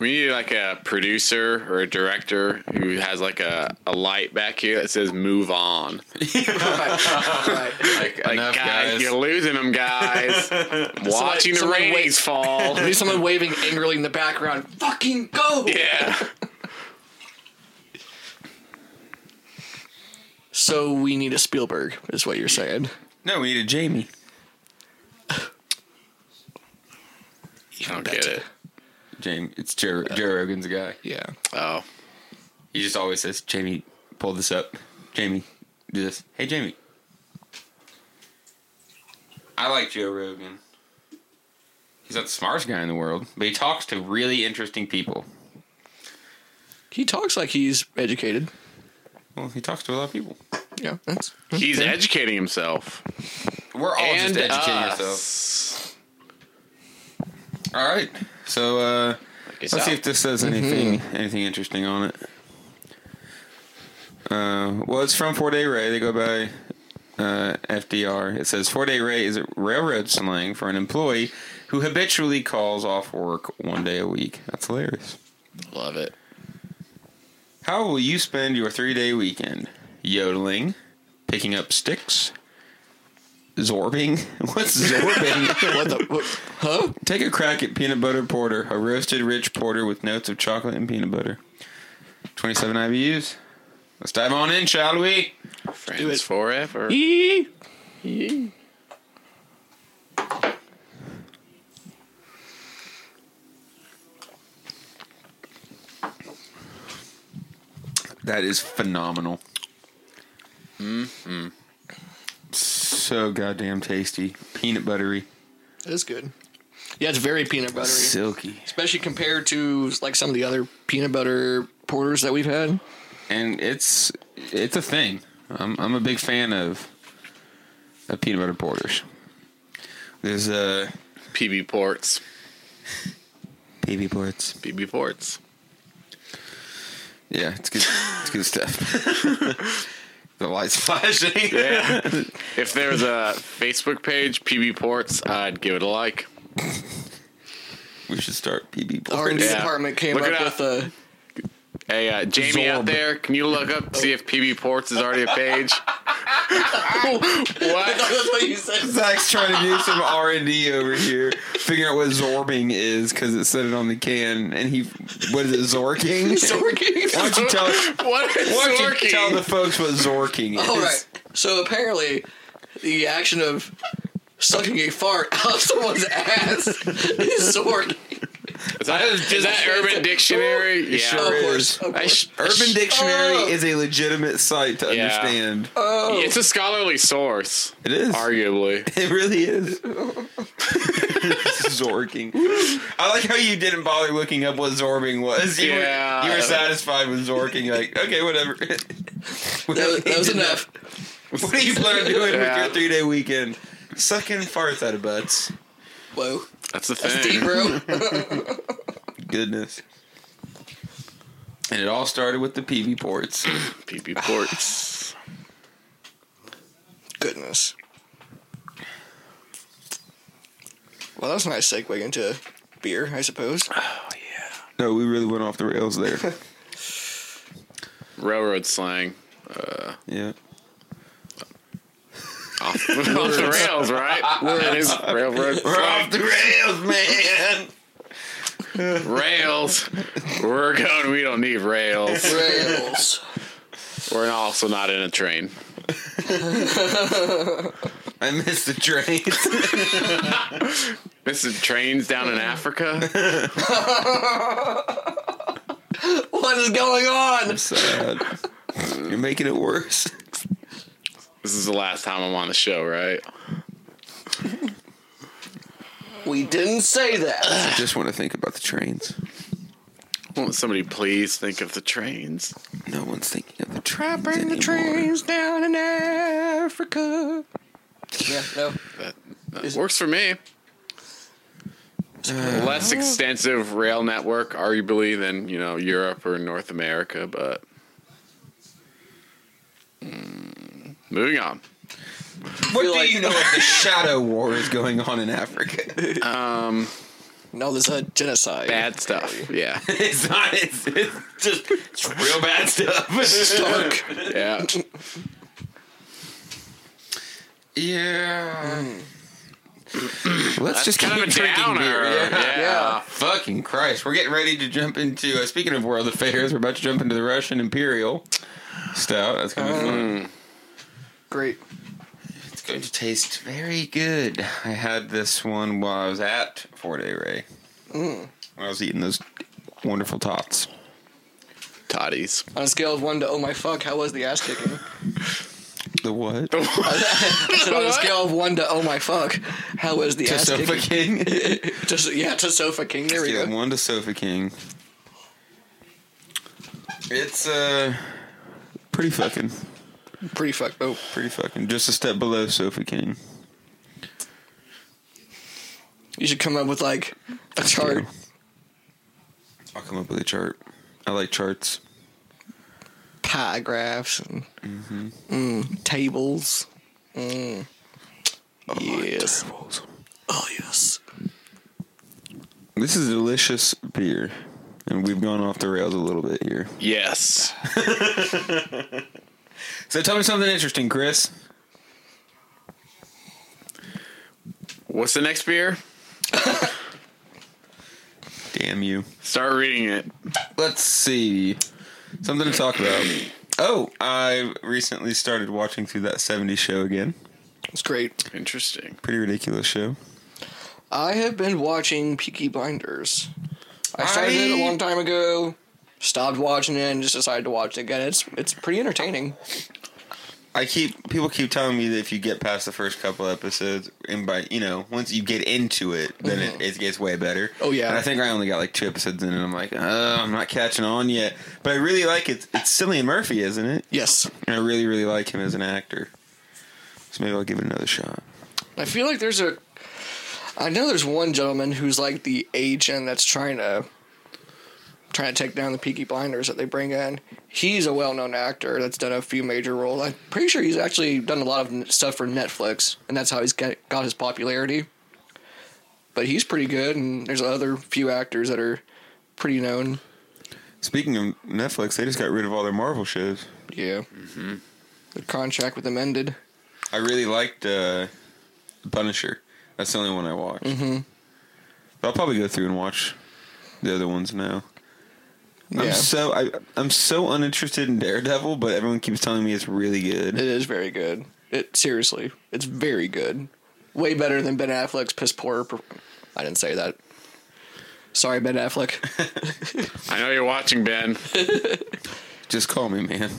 Speaker 11: We need like a producer or a director who has like a, a light back here that says "Move on."
Speaker 3: Right.
Speaker 10: Like,
Speaker 11: Like,
Speaker 10: enough,
Speaker 11: guys,
Speaker 10: guys.
Speaker 11: you're losing them, guys. Watching the
Speaker 3: someone wait-
Speaker 11: ratings fall.
Speaker 3: Need someone waving angrily in the background. Fucking go!
Speaker 11: yeah.
Speaker 3: So we need a Spielberg, is what you're saying.
Speaker 10: No, we need a Jamie.
Speaker 11: You don't get it.
Speaker 10: Jamie, it's Joe, Joe Rogan's guy.
Speaker 3: Yeah.
Speaker 11: Oh.
Speaker 10: He just always says, Jamie, pull this up. Jamie, do this. Hey, Jamie. I like Joe Rogan. He's not the smartest guy in the world, but he talks to really interesting people.
Speaker 3: He talks like he's educated.
Speaker 10: Well, he talks to a lot of people.
Speaker 3: Yeah. That's,
Speaker 11: He's educating himself.
Speaker 10: We're all
Speaker 11: and
Speaker 10: just educating
Speaker 11: us.
Speaker 10: ourselves. All right. So, uh,
Speaker 11: It's
Speaker 10: Let's see
Speaker 11: out.
Speaker 10: if this says anything anything interesting on it. Uh, well, it's from Fort A. Ray. They go by uh, FDR. It says Fort A. Ray is a railroad slang for an employee who habitually calls off work one day a week. That's hilarious.
Speaker 11: Love it.
Speaker 10: How will you spend your three day weekend? Yodeling, picking up sticks, zorbing. What's zorbing?
Speaker 3: what the? What, huh?
Speaker 10: Take a crack at peanut butter porter, a roasted rich porter with notes of chocolate and peanut butter. 27 IBUs. Let's dive on in, shall we?
Speaker 11: Friends
Speaker 3: it.
Speaker 11: forever.
Speaker 10: That is phenomenal. Mm-hmm. So goddamn tasty. Peanut buttery.
Speaker 3: It is good. Yeah, it's very peanut buttery,
Speaker 10: Silky.
Speaker 3: especially compared to like some of the other peanut butter porters that we've had.
Speaker 10: And it's it's a thing. I'm, I'm a big fan of, of peanut butter porters. There's uh,
Speaker 11: PB Ports.
Speaker 10: baby ports.
Speaker 11: PB Ports.
Speaker 10: Yeah, it's good. It's good stuff. the lights flashing.
Speaker 11: Yeah. if there was a Facebook page, PB Ports, I'd give it a like.
Speaker 10: We should start PB.
Speaker 3: The R and D
Speaker 11: Yeah.
Speaker 3: department came
Speaker 11: Look it
Speaker 3: up
Speaker 11: up.
Speaker 3: with a.
Speaker 11: Hey, uh, Jamie
Speaker 10: Zorb.
Speaker 11: out there, can you look up see if PB Ports is already a page? what?
Speaker 3: That's what you said.
Speaker 10: Zach's trying to do some R and D over here, figure out what zorbing is because it said it on the can, and he what is it zorking? Why don't you tell? Why
Speaker 11: What is
Speaker 10: don't you
Speaker 11: Zorky?
Speaker 10: tell the folks what zorking is?
Speaker 3: All right. So apparently, the action of sucking a fart out someone's ass is zork.
Speaker 11: is that, is that Urban Dictionary? Yeah.
Speaker 10: sure
Speaker 3: of
Speaker 10: is.
Speaker 3: course, of
Speaker 11: I
Speaker 3: course.
Speaker 11: sh-
Speaker 10: Urban Dictionary
Speaker 3: Oh. Uh,
Speaker 10: is a legitimate site to
Speaker 11: Yeah.
Speaker 10: understand.
Speaker 11: It's a scholarly source,
Speaker 10: It is.
Speaker 11: arguably.
Speaker 10: It really is. zorking. I like how you didn't bother looking up what zorbing was. You
Speaker 11: Yeah.
Speaker 10: Were, you were satisfied with zorking. You're like, okay, whatever.
Speaker 3: That was, that was enough.
Speaker 10: What do you plan on doing with
Speaker 11: Yeah.
Speaker 10: your three day weekend? Sucking farts out of butts.
Speaker 3: Whoa,
Speaker 11: That's the thing.
Speaker 3: that's deep, bro.
Speaker 10: Goodness. And it all started with the PB ports.
Speaker 11: PB Ports.
Speaker 3: Goodness. Well, that's a nice segue into beer, I suppose.
Speaker 10: No, we really went off the rails there.
Speaker 11: Railroad slang.
Speaker 10: Yeah.
Speaker 11: Off, off the rails, right? That is railroad
Speaker 10: We're off the rails, man.
Speaker 11: rails. We're going. We don't need rails.
Speaker 3: Rails.
Speaker 11: We're also not in a train.
Speaker 10: I missed the train.
Speaker 11: This is trains down in Africa.
Speaker 3: What is going on?
Speaker 10: Sad. You're making it worse.
Speaker 11: This is the last time I'm on the show, right?
Speaker 3: We didn't say that.
Speaker 10: Just want to think about the trains.
Speaker 11: Won't somebody please think of the trains?
Speaker 10: No one's thinking of the trains
Speaker 3: Trapping the
Speaker 10: anymore.
Speaker 3: trains down in Africa. Yeah, no.
Speaker 11: That, that works for me. Less extensive rail network, arguably, than you know Europe or North America, but Mm, moving on.
Speaker 10: What do
Speaker 3: like-
Speaker 10: you know of the shadow war is going on in Africa?
Speaker 3: No, there's a genocide.
Speaker 11: Bad stuff. Yeah.
Speaker 10: It's not. It's, it's just it's real bad stuff.
Speaker 3: Dark.
Speaker 11: Yeah.
Speaker 10: yeah. Hmm. Let's just
Speaker 11: kind
Speaker 10: keep
Speaker 11: of a
Speaker 10: drinking
Speaker 11: downer.
Speaker 10: beer.
Speaker 11: Yeah.
Speaker 3: Yeah.
Speaker 10: Fucking Christ. We're getting ready to jump into. Uh, speaking of world affairs, we're about to jump into the Russian Imperial Stout. That's going to be fun.
Speaker 3: Great.
Speaker 10: Uh, It's going to taste very good. I had this one while I was at Four Day Ray.
Speaker 11: Mm.
Speaker 10: When I was eating those wonderful tots.
Speaker 11: Toddies.
Speaker 3: On a scale of one to oh my fuck, how was the ass kicking?
Speaker 10: The what?
Speaker 3: I said on a scale of one to oh my fuck, how was the
Speaker 10: To
Speaker 3: ass
Speaker 10: Sofa
Speaker 3: kicking?
Speaker 10: King.
Speaker 3: Just yeah, to sofa king. There we
Speaker 10: Yeah,
Speaker 3: go.
Speaker 10: one to Sofa King. It's uh pretty fucking,
Speaker 3: Pretty fuck. Oh,
Speaker 10: pretty fucking, just a step below Sofa King.
Speaker 3: you should come up with like a chart.
Speaker 10: I'll come up with a chart. I like charts.
Speaker 3: pie graphs and
Speaker 10: Mm-hmm.
Speaker 3: mm, tables. Mm. Yes. Oh yes.
Speaker 10: This is a delicious beer, and we've gone off the rails a little bit here.
Speaker 11: Yes.
Speaker 10: So tell me something interesting, Chris.
Speaker 11: What's the next beer?
Speaker 10: Damn you.
Speaker 11: Start reading it.
Speaker 10: Let's see. Something to talk about. Oh, I recently started watching through that 70s show again.
Speaker 3: It's great.
Speaker 11: Interesting.
Speaker 10: Pretty ridiculous show.
Speaker 3: I have been watching Peaky Blinders. I started it
Speaker 10: I-
Speaker 3: a long time ago, stopped watching it, and just decided to watch it again. It's it's pretty entertaining.
Speaker 10: I keep people keep telling me that if you get past the first couple episodes and by you know once you get into it, then it, it gets way better.
Speaker 3: Mm-hmm. Oh, yeah.
Speaker 10: And I think I only got like two episodes in, and I'm like, oh, I'm not catching on yet. But I really like it. It's Cillian Murphy, isn't it?
Speaker 3: Yes.
Speaker 10: And I really really like him as an actor. So maybe I'll give it another shot.
Speaker 3: I feel like there's a. I know there's one gentleman who's like the agent that's trying to trying to take down the Peaky Blinders that they bring in. He's a well-known actor that's done a few major roles. I'm pretty sure he's actually done a lot of n- stuff for Netflix, and that's how he's get, got his popularity. But he's pretty good, and there's other few actors that are pretty known.
Speaker 10: Speaking of Netflix, they just got rid of all their Marvel shows.
Speaker 3: Yeah, the contract with them ended.
Speaker 10: I really liked uh, Punisher. That's the only one I watched. Mm-hmm. But I'll probably go through and watch the other ones now.
Speaker 3: Yeah.
Speaker 10: I'm so I, I'm so uninterested in Daredevil, but everyone keeps telling me it's really
Speaker 3: It
Speaker 10: good.
Speaker 3: is very good. It seriously, it's very good. Way better than Ben Affleck's piss poor. per- I didn't say that. Sorry, Ben Affleck.
Speaker 11: I know you're watching, Ben.
Speaker 10: Just call me, man.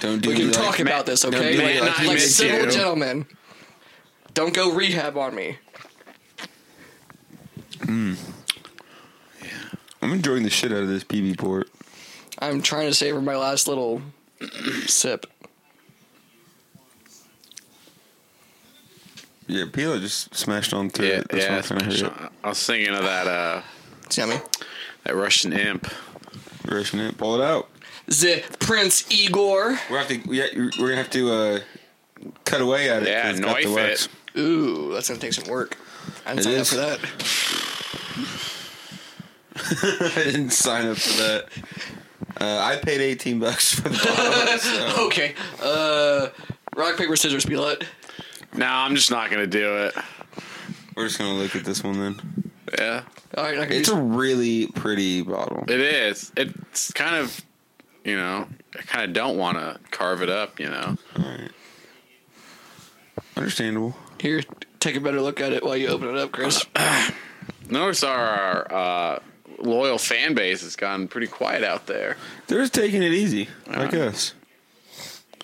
Speaker 10: don't do
Speaker 3: We can
Speaker 10: me
Speaker 3: talk
Speaker 10: like,
Speaker 3: about this,
Speaker 10: don't
Speaker 3: okay?
Speaker 10: do
Speaker 11: Man,
Speaker 10: me like,
Speaker 11: I
Speaker 3: like
Speaker 10: you
Speaker 3: a
Speaker 11: miss
Speaker 10: did.
Speaker 3: civil
Speaker 11: you.
Speaker 3: gentleman. Don't go rehab on me.
Speaker 10: I'm enjoying the shit out of this PB port.
Speaker 3: I'm trying to savor my last little sip.
Speaker 10: Yeah, Pila just smashed on through.
Speaker 11: Yeah,
Speaker 10: it. That's
Speaker 11: yeah.
Speaker 10: what I'm trying to hit.
Speaker 11: I was thinking of that uh,
Speaker 3: It's yummy.
Speaker 11: that Russian imp.
Speaker 10: Rushing it, pull it out.
Speaker 3: The Prince Igor.
Speaker 10: We're have to yeah, we're gonna have to uh, cut away at it.
Speaker 11: Yeah,
Speaker 10: 'cause it's got the
Speaker 11: knife it.
Speaker 10: wax.
Speaker 3: Ooh, that's gonna take some work. I
Speaker 10: It
Speaker 3: didn't sign
Speaker 10: is.
Speaker 3: up for that.
Speaker 10: I didn't sign up for that. Uh, I paid 18 bucks for the bottle. so-
Speaker 3: Okay. Uh, rock paper scissors, be it.
Speaker 11: No, I'm just not gonna do it.
Speaker 10: We're just gonna look at this one then.
Speaker 11: Yeah,
Speaker 3: All right, I can
Speaker 10: It's
Speaker 3: do
Speaker 10: a really pretty bottle.
Speaker 11: it is. It's kind of, you know, I kind of don't want to carve it up. You know,
Speaker 10: Understandable.
Speaker 3: here. Take a better look at it while you open it up, Chris.
Speaker 11: notice our, uh, loyal fan base has gotten pretty quiet out there.
Speaker 10: They're just taking it easy, like us.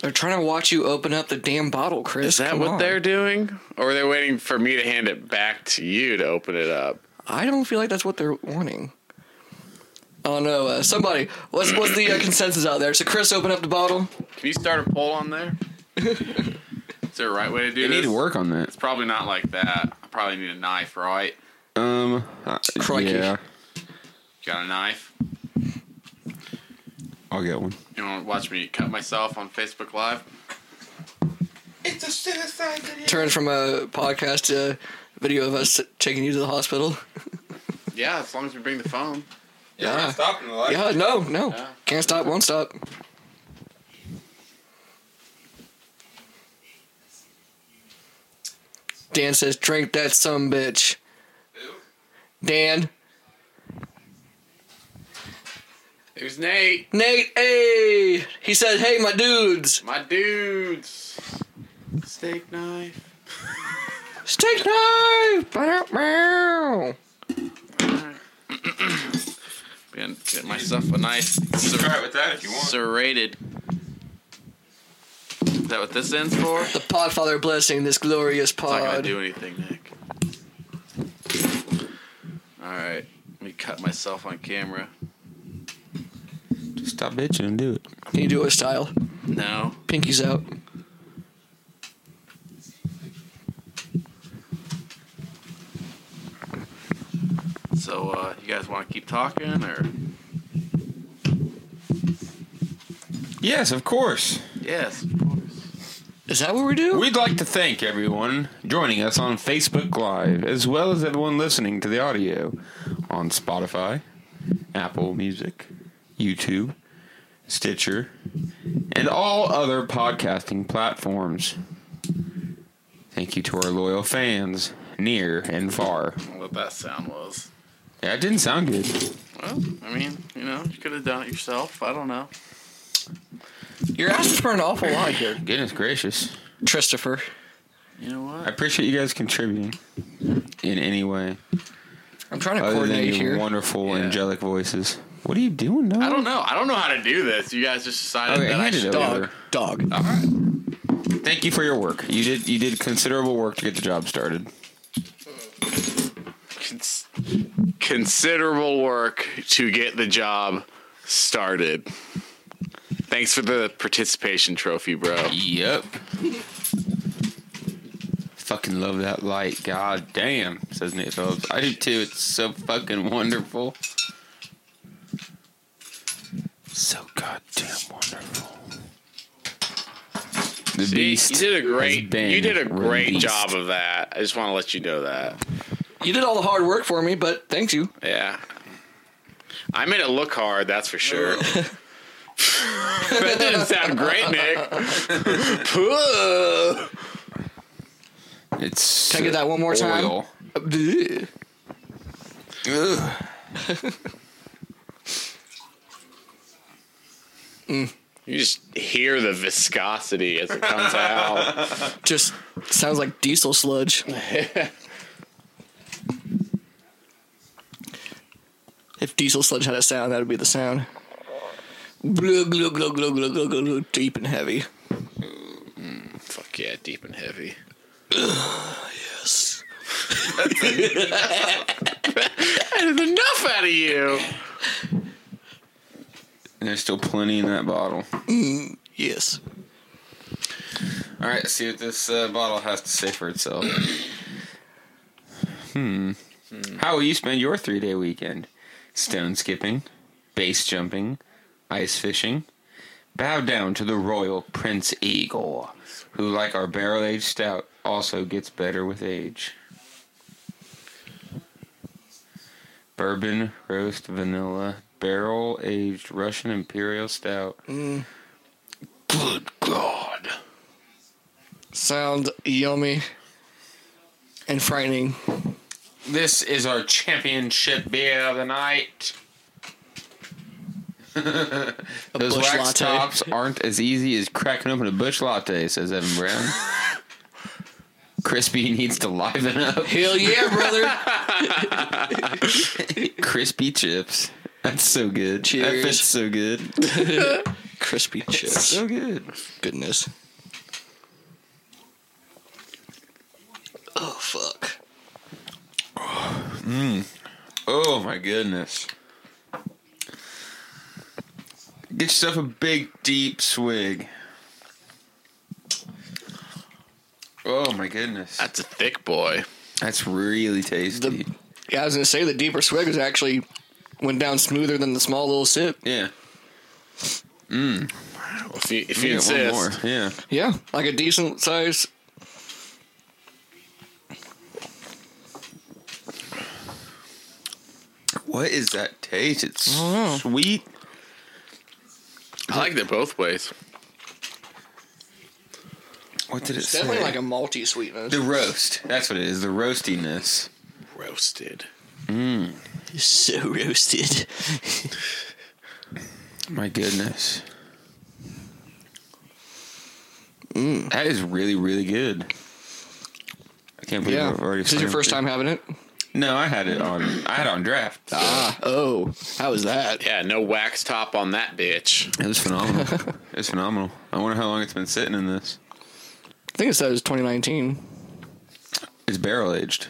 Speaker 3: They're trying to watch you open up the damn bottle, Chris.
Speaker 11: Is that
Speaker 3: Come
Speaker 11: what
Speaker 3: on.
Speaker 11: they're doing, or are they waiting for me to hand it back to you to open it up?
Speaker 3: I don't feel like that's what they're wanting. Oh no! Uh, somebody, what's what's the uh, consensus out there? So Chris, open up the bottle.
Speaker 11: Can you start a poll on there? Is there a right way to do
Speaker 10: They
Speaker 11: this?
Speaker 10: need to work on that.
Speaker 11: It's probably not like that. I probably need a knife, right?
Speaker 10: Um, I-
Speaker 3: Crikey.
Speaker 10: yeah,
Speaker 11: Got a knife?
Speaker 10: I'll get one.
Speaker 11: You want to watch me cut myself on Facebook Live?
Speaker 3: Turn from a podcast to video of us taking you to the hospital.
Speaker 11: Yeah, as long as we bring the phone.
Speaker 10: Yeah, we're not stopping the light.
Speaker 3: Yeah, no, no.
Speaker 11: Yeah.
Speaker 3: Can't stop, won't stop. Dan says, drink that some bitch. Dan.
Speaker 11: It was Nate,
Speaker 3: Nate, hey! He said, hey, my dudes.
Speaker 11: my dudes. Steak knife.
Speaker 3: Steak knife! Bow, bow.
Speaker 11: Gonna Get myself a nice
Speaker 10: All right
Speaker 11: ser-
Speaker 10: with that if you want.
Speaker 11: serrated. Is that what this ends for?
Speaker 3: The Podfather blessing this glorious
Speaker 11: It's not gonna
Speaker 3: pod.
Speaker 11: do anything, Nick. All right, let me cut myself on camera.
Speaker 10: Just stop bitching and do it.
Speaker 3: Can you do it style?
Speaker 11: No,
Speaker 3: Pinky's out.
Speaker 11: so uh, you guys want to keep talking or?
Speaker 10: Yes, of course.
Speaker 11: Yes, of course.
Speaker 3: Is that what we do?
Speaker 10: We'd like to thank everyone joining us on Facebook Live, as well as everyone listening to the audio on Spotify, Apple Music, YouTube, Stitcher, and all other podcasting platforms. Thank you to our loyal fans, near and far.
Speaker 11: What that sound was.
Speaker 10: Yeah, it didn't sound good.
Speaker 11: Well, I mean, you know, you could have done it yourself. I don't know.
Speaker 3: You're asking for an awful lot here,
Speaker 10: Goodness gracious.
Speaker 3: Christopher.
Speaker 11: You know what?
Speaker 10: I appreciate you guys contributing in any way,
Speaker 3: I'm trying to
Speaker 10: other than
Speaker 3: coordinate
Speaker 10: your
Speaker 3: here.
Speaker 10: wonderful,
Speaker 11: Yeah.
Speaker 10: angelic voices. What are you doing, Noah?
Speaker 11: I don't know. I don't know how to do this. You guys just decided
Speaker 10: Okay,
Speaker 11: that I
Speaker 10: hand it
Speaker 11: should.
Speaker 10: over.
Speaker 3: Dog. Dog.
Speaker 10: Thank you for your work. You did you did considerable work to get the job started.
Speaker 11: Cons- considerable work to get the job started. Thanks for the participation trophy, bro.
Speaker 10: Yep. fucking love that light. God damn, says Nick Phillips. I do too. It's so fucking wonderful. So goddamn wonderful. The
Speaker 11: See,
Speaker 10: beast.
Speaker 11: you did a
Speaker 10: has
Speaker 11: great
Speaker 10: been
Speaker 11: you did a great
Speaker 10: released.
Speaker 11: job of that. I just want to let you know that.
Speaker 3: You did all the hard work for me, but thank you.
Speaker 11: Yeah. I made it look hard, that's for sure. that didn't sound great, Nick. Puh.
Speaker 10: It's
Speaker 3: Can I get that one more time?
Speaker 10: oil.
Speaker 3: Bleh.
Speaker 10: Ugh.
Speaker 11: you just hear the viscosity as it comes out.
Speaker 3: Just sounds like diesel sludge. if diesel sludge had a sound, that would be the sound. Glug, glug, glug, glug, glug, glug, glug, glug, deep and heavy.
Speaker 11: Fuck yeah, deep and heavy.
Speaker 3: Yes.
Speaker 11: That is enough out of you.
Speaker 10: There's still plenty in that bottle.
Speaker 3: Yes.
Speaker 10: All right, see what this uh, bottle has to say for itself. hmm. How will you spend your three day weekend? Stone skipping, base jumping, ice fishing. Bow down to the royal Prince Eagle, who, like our barrel aged stout, also gets better with age. Bourbon, roast, vanilla, barrel aged Russian Imperial Stout. Good God.
Speaker 3: Sounds yummy and frightening.
Speaker 10: This is our championship beer of the night.
Speaker 3: A
Speaker 10: Those
Speaker 3: bush
Speaker 10: wax
Speaker 3: latte.
Speaker 10: tops aren't as easy as cracking open a bush latte, says Evan Brown. Crispy needs to liven up.
Speaker 3: Hell yeah, brother.
Speaker 10: Crispy chips. That's so good.
Speaker 3: Cheers.
Speaker 10: That fits so good.
Speaker 3: Crispy chips.
Speaker 10: So good.
Speaker 3: Goodness. Oh, fuck.
Speaker 10: Oh my goodness. Get yourself a big deep swig. Oh my goodness.
Speaker 11: That's a thick boy.
Speaker 10: That's really tasty.
Speaker 3: The- Yeah, I was gonna say the deeper swig was actually went down smoother than the small little sip.
Speaker 10: yeah.
Speaker 11: If you, if
Speaker 10: We
Speaker 11: you
Speaker 10: got one
Speaker 11: insist.
Speaker 10: more. Yeah.
Speaker 3: Yeah, like a decent size.
Speaker 10: What is that taste? It's sweet.
Speaker 11: I like it both ways.
Speaker 10: What did it
Speaker 3: It's
Speaker 10: say?
Speaker 3: definitely like a malty sweetness.
Speaker 10: the roast. That's what it is. The roastiness.
Speaker 11: Roasted.
Speaker 3: So roasted.
Speaker 10: My goodness. Mm. That is really, really good. I can't believe
Speaker 3: Yeah.
Speaker 10: I've already.
Speaker 3: This is your
Speaker 10: slammed
Speaker 3: first
Speaker 10: it.
Speaker 3: time having it?
Speaker 10: No, I had it on. I had it on draft.
Speaker 3: Ah, oh. How was that?
Speaker 11: Yeah, no wax top on that bitch.
Speaker 10: It was phenomenal. it's phenomenal. I wonder how long it's been sitting in this.
Speaker 3: I think it said it was 2019.
Speaker 10: It's barrel aged.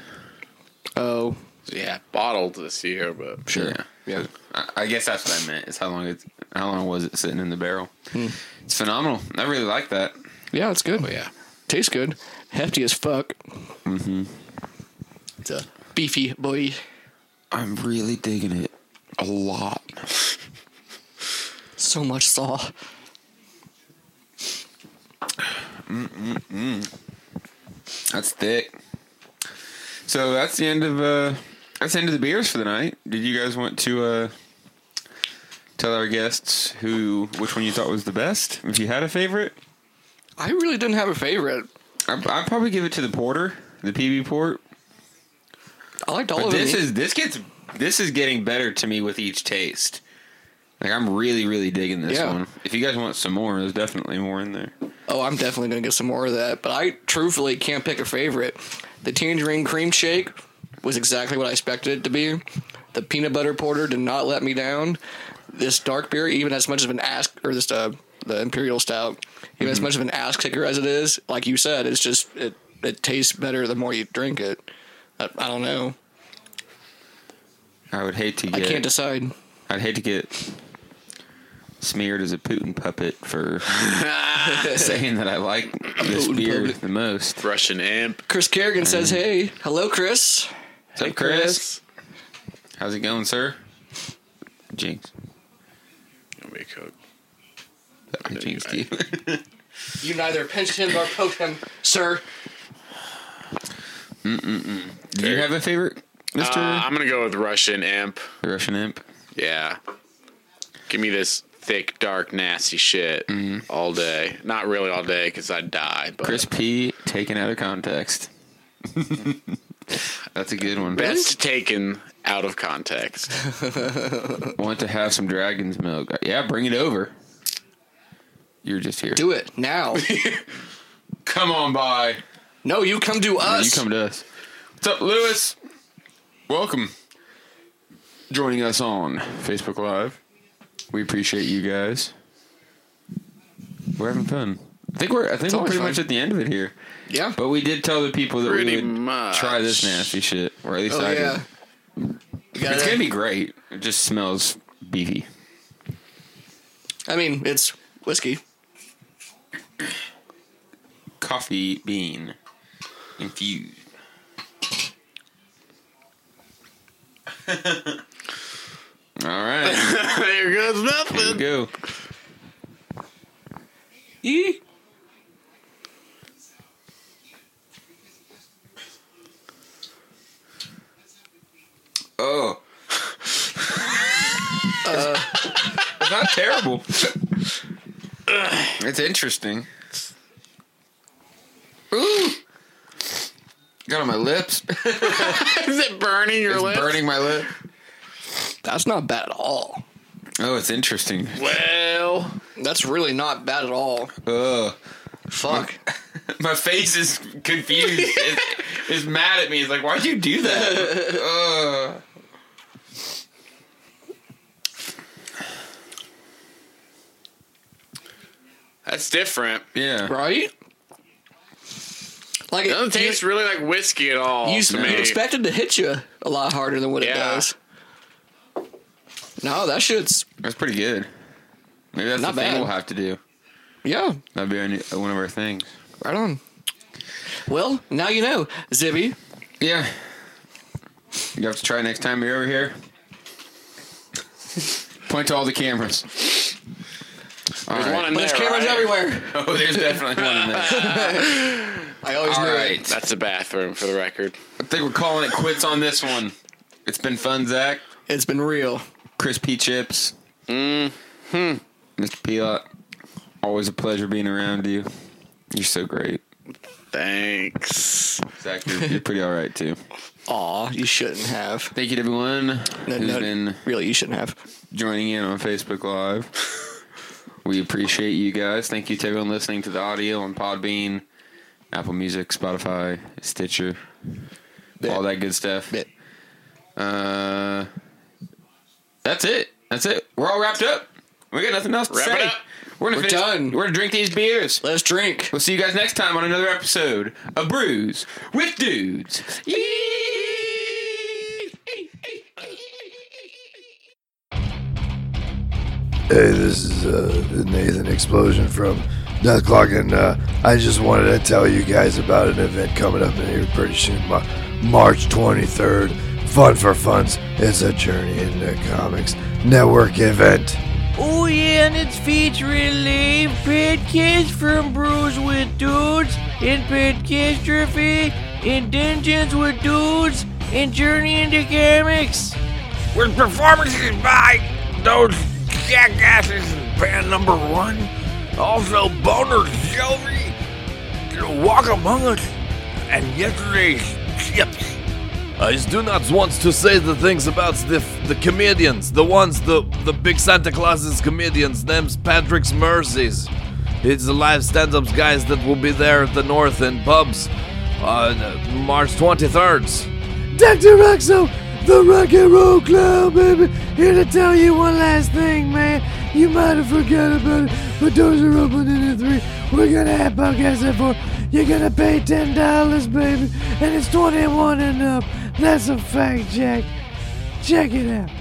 Speaker 3: Oh.
Speaker 11: Yeah, bottled this year, but
Speaker 10: Sure. Yeah.
Speaker 3: Yeah.
Speaker 10: I, I guess that's what I meant. Is how long it? How long was it sitting in the barrel? It's phenomenal. I really like that.
Speaker 3: Yeah, it's
Speaker 10: Oh,
Speaker 3: good.
Speaker 11: yeah.
Speaker 3: Tastes good. Hefty as fuck. Mm-hmm. It's a beefy boy.
Speaker 10: I'm really digging it a lot.
Speaker 3: So much saw.
Speaker 10: That's thick. So that's the end of uh that's the end of the beers for the night. Did you guys want to uh tell our guests who which one you thought was the best? If you had a favorite?
Speaker 3: I really didn't have a favorite.
Speaker 10: I I'd probably give it to the porter, the PB port.
Speaker 3: I liked all
Speaker 10: But
Speaker 3: of
Speaker 10: this
Speaker 3: them.
Speaker 10: is this gets this is getting better to me with each taste. Like I'm really really digging this
Speaker 3: Yeah.
Speaker 10: one. If you guys want some more, there's definitely more in there.
Speaker 3: Oh, I'm definitely gonna get some more of that. But I truthfully can't pick a favorite. The tangerine cream shake was exactly what I expected it to be. The peanut butter porter did not let me down. This dark beer, even as much of an ass or this uh, the imperial stout, even
Speaker 10: Mm-hmm.
Speaker 3: as much of an ass kicker as it is, like you said, it's just it it tastes better the more you drink it. I, I don't know.
Speaker 10: I would hate to
Speaker 3: I
Speaker 10: get
Speaker 3: can't decide.
Speaker 10: I'd hate to get smeared as a Putin puppet for saying that I like this
Speaker 3: Putin
Speaker 10: beer
Speaker 3: puppet.
Speaker 10: the most.
Speaker 11: Russian imp.
Speaker 3: Chris Kerrigan
Speaker 10: Mm-hmm.
Speaker 3: says, "Hey, hello, Chris.
Speaker 10: What's up, Chris? How's it going, sir? Jinx.
Speaker 11: Let me cook.
Speaker 10: That was Jinx to you.
Speaker 3: You neither pinched him nor poked him, sir."
Speaker 10: Do you have a favorite,
Speaker 11: Uh,
Speaker 10: Mister
Speaker 11: I'm gonna go with Russian imp.
Speaker 10: The Russian Imp?
Speaker 11: Yeah. Give me this thick, dark, nasty shit all day. Not really all day because I'd die. But
Speaker 10: Chris P. Taken out of context. That's a good one.
Speaker 11: best taken out of context.
Speaker 10: Want to have some dragon's milk? Yeah, bring it over. You're just here.
Speaker 3: Do it now.
Speaker 10: Come on by.
Speaker 3: No, you come to us.
Speaker 10: You come to us. What's up, Lewis? Welcome. Joining us on Facebook Live. We appreciate you guys. We're having fun. I think we're I think we're
Speaker 3: always
Speaker 10: pretty
Speaker 3: fun.
Speaker 10: much at the end of it here.
Speaker 3: yeah.
Speaker 10: But we did tell the people that
Speaker 11: Pretty
Speaker 10: we would
Speaker 11: much.
Speaker 10: try this nasty shit. Or at least
Speaker 3: Oh
Speaker 10: I
Speaker 3: yeah.
Speaker 10: did.
Speaker 3: You gotta-
Speaker 10: It's gonna be great. It just smells beefy.
Speaker 3: I mean, it's whiskey.
Speaker 10: Coffee bean infused. All right,
Speaker 11: there goes
Speaker 10: here we
Speaker 11: nothing.
Speaker 10: go.
Speaker 3: E.
Speaker 10: Oh. Uh, it's not terrible. it's interesting. Ooh. Got on my lips.
Speaker 11: Is it burning your
Speaker 10: it's
Speaker 11: lips?
Speaker 10: burning my lip.
Speaker 3: That's not bad at all.
Speaker 10: Oh, it's interesting.
Speaker 11: Well,
Speaker 3: That's really not bad at all.
Speaker 10: Ugh.
Speaker 3: Fuck.
Speaker 10: My face is confused. it's, it's mad at me. It's like, why'd you do that? Ugh.
Speaker 11: that's different.
Speaker 10: yeah.
Speaker 3: right? Like
Speaker 11: It doesn't
Speaker 3: it, you,
Speaker 11: taste really like whiskey at all.
Speaker 3: you,
Speaker 11: to
Speaker 3: you
Speaker 11: me.
Speaker 3: expect it to hit you a lot harder than what it
Speaker 11: Yeah.
Speaker 3: does. No, that shit's
Speaker 10: That's pretty good. Maybe that's
Speaker 3: Not
Speaker 10: the thing
Speaker 3: bad.
Speaker 10: we'll have to do.
Speaker 3: yeah,
Speaker 10: That'd be our new- one of our things.
Speaker 3: right on. Well, now you know, Zibby.
Speaker 10: Yeah. You have to try next time you're over here. Point to all the cameras. All
Speaker 11: There's
Speaker 10: right.
Speaker 11: one in
Speaker 3: But there's
Speaker 11: there,
Speaker 3: cameras
Speaker 11: right?
Speaker 3: everywhere.
Speaker 10: Oh, there's definitely one in there.
Speaker 3: I always
Speaker 10: All
Speaker 3: knew
Speaker 10: right.
Speaker 11: That's the bathroom, for the record.
Speaker 10: I think we're calling it quits on this one. It's been fun, Zach.
Speaker 3: It's been real.
Speaker 10: crispy chips. Mm-hmm. Mr. Peelot, always a pleasure being around you. You're so great.
Speaker 11: Thanks.
Speaker 10: Zach, you're, you're pretty all right too.
Speaker 3: Aw, you shouldn't have.
Speaker 10: Thank you to everyone
Speaker 3: No,
Speaker 10: who's
Speaker 3: no,
Speaker 10: been
Speaker 3: really, you shouldn't have.
Speaker 10: joining in on Facebook Live. we appreciate you guys. Thank you to everyone listening to the audio on Podbean, Apple Music, Spotify, Stitcher, all that good stuff.
Speaker 3: Bit.
Speaker 10: Uh, that's it. That's it. We're all wrapped up. We got nothing else to
Speaker 11: Wrap it
Speaker 10: say.
Speaker 11: up.
Speaker 10: We're, gonna
Speaker 3: We're
Speaker 10: finish-
Speaker 3: done.
Speaker 10: We're gonna drink these beers.
Speaker 3: Let's drink.
Speaker 10: We'll see you guys next time on another episode of Brews with Dudes.
Speaker 1: Hey, this is uh, Nathan Explosion from Death Clock, and uh, I just wanted to tell you guys about an event coming up in here pretty soon, Ma- March 23rd. Fun for Funds. It's a Journey into Comics Network event.
Speaker 2: Oh yeah, and it's featuring Lane Pitkiss from Brews with Dudes, and Pitkiss Trophy, and Dungeons with Dudes, and Journey into Comics.
Speaker 4: with performances by those jackasses in band number one. Also, Boner Jovi, to Walk Among Us, and yesterday's chips.
Speaker 5: I just Uh, do not want to say the things about the the comedians, the ones the the big Santa Claus's comedians, names Patrick's Mercies. It's the live stand-ups guys that will be there at the North End pubs on uh, March 23rd.
Speaker 1: Dr. Roxo, the Rock and Roll Clown, baby. Here to tell you one last thing, man. You might have forgot about it, but doors are open at 3. We're gonna have podcasts at 4. You're gonna pay $10, baby. And it's 21 and up. That's a fact, Jack. Check it out.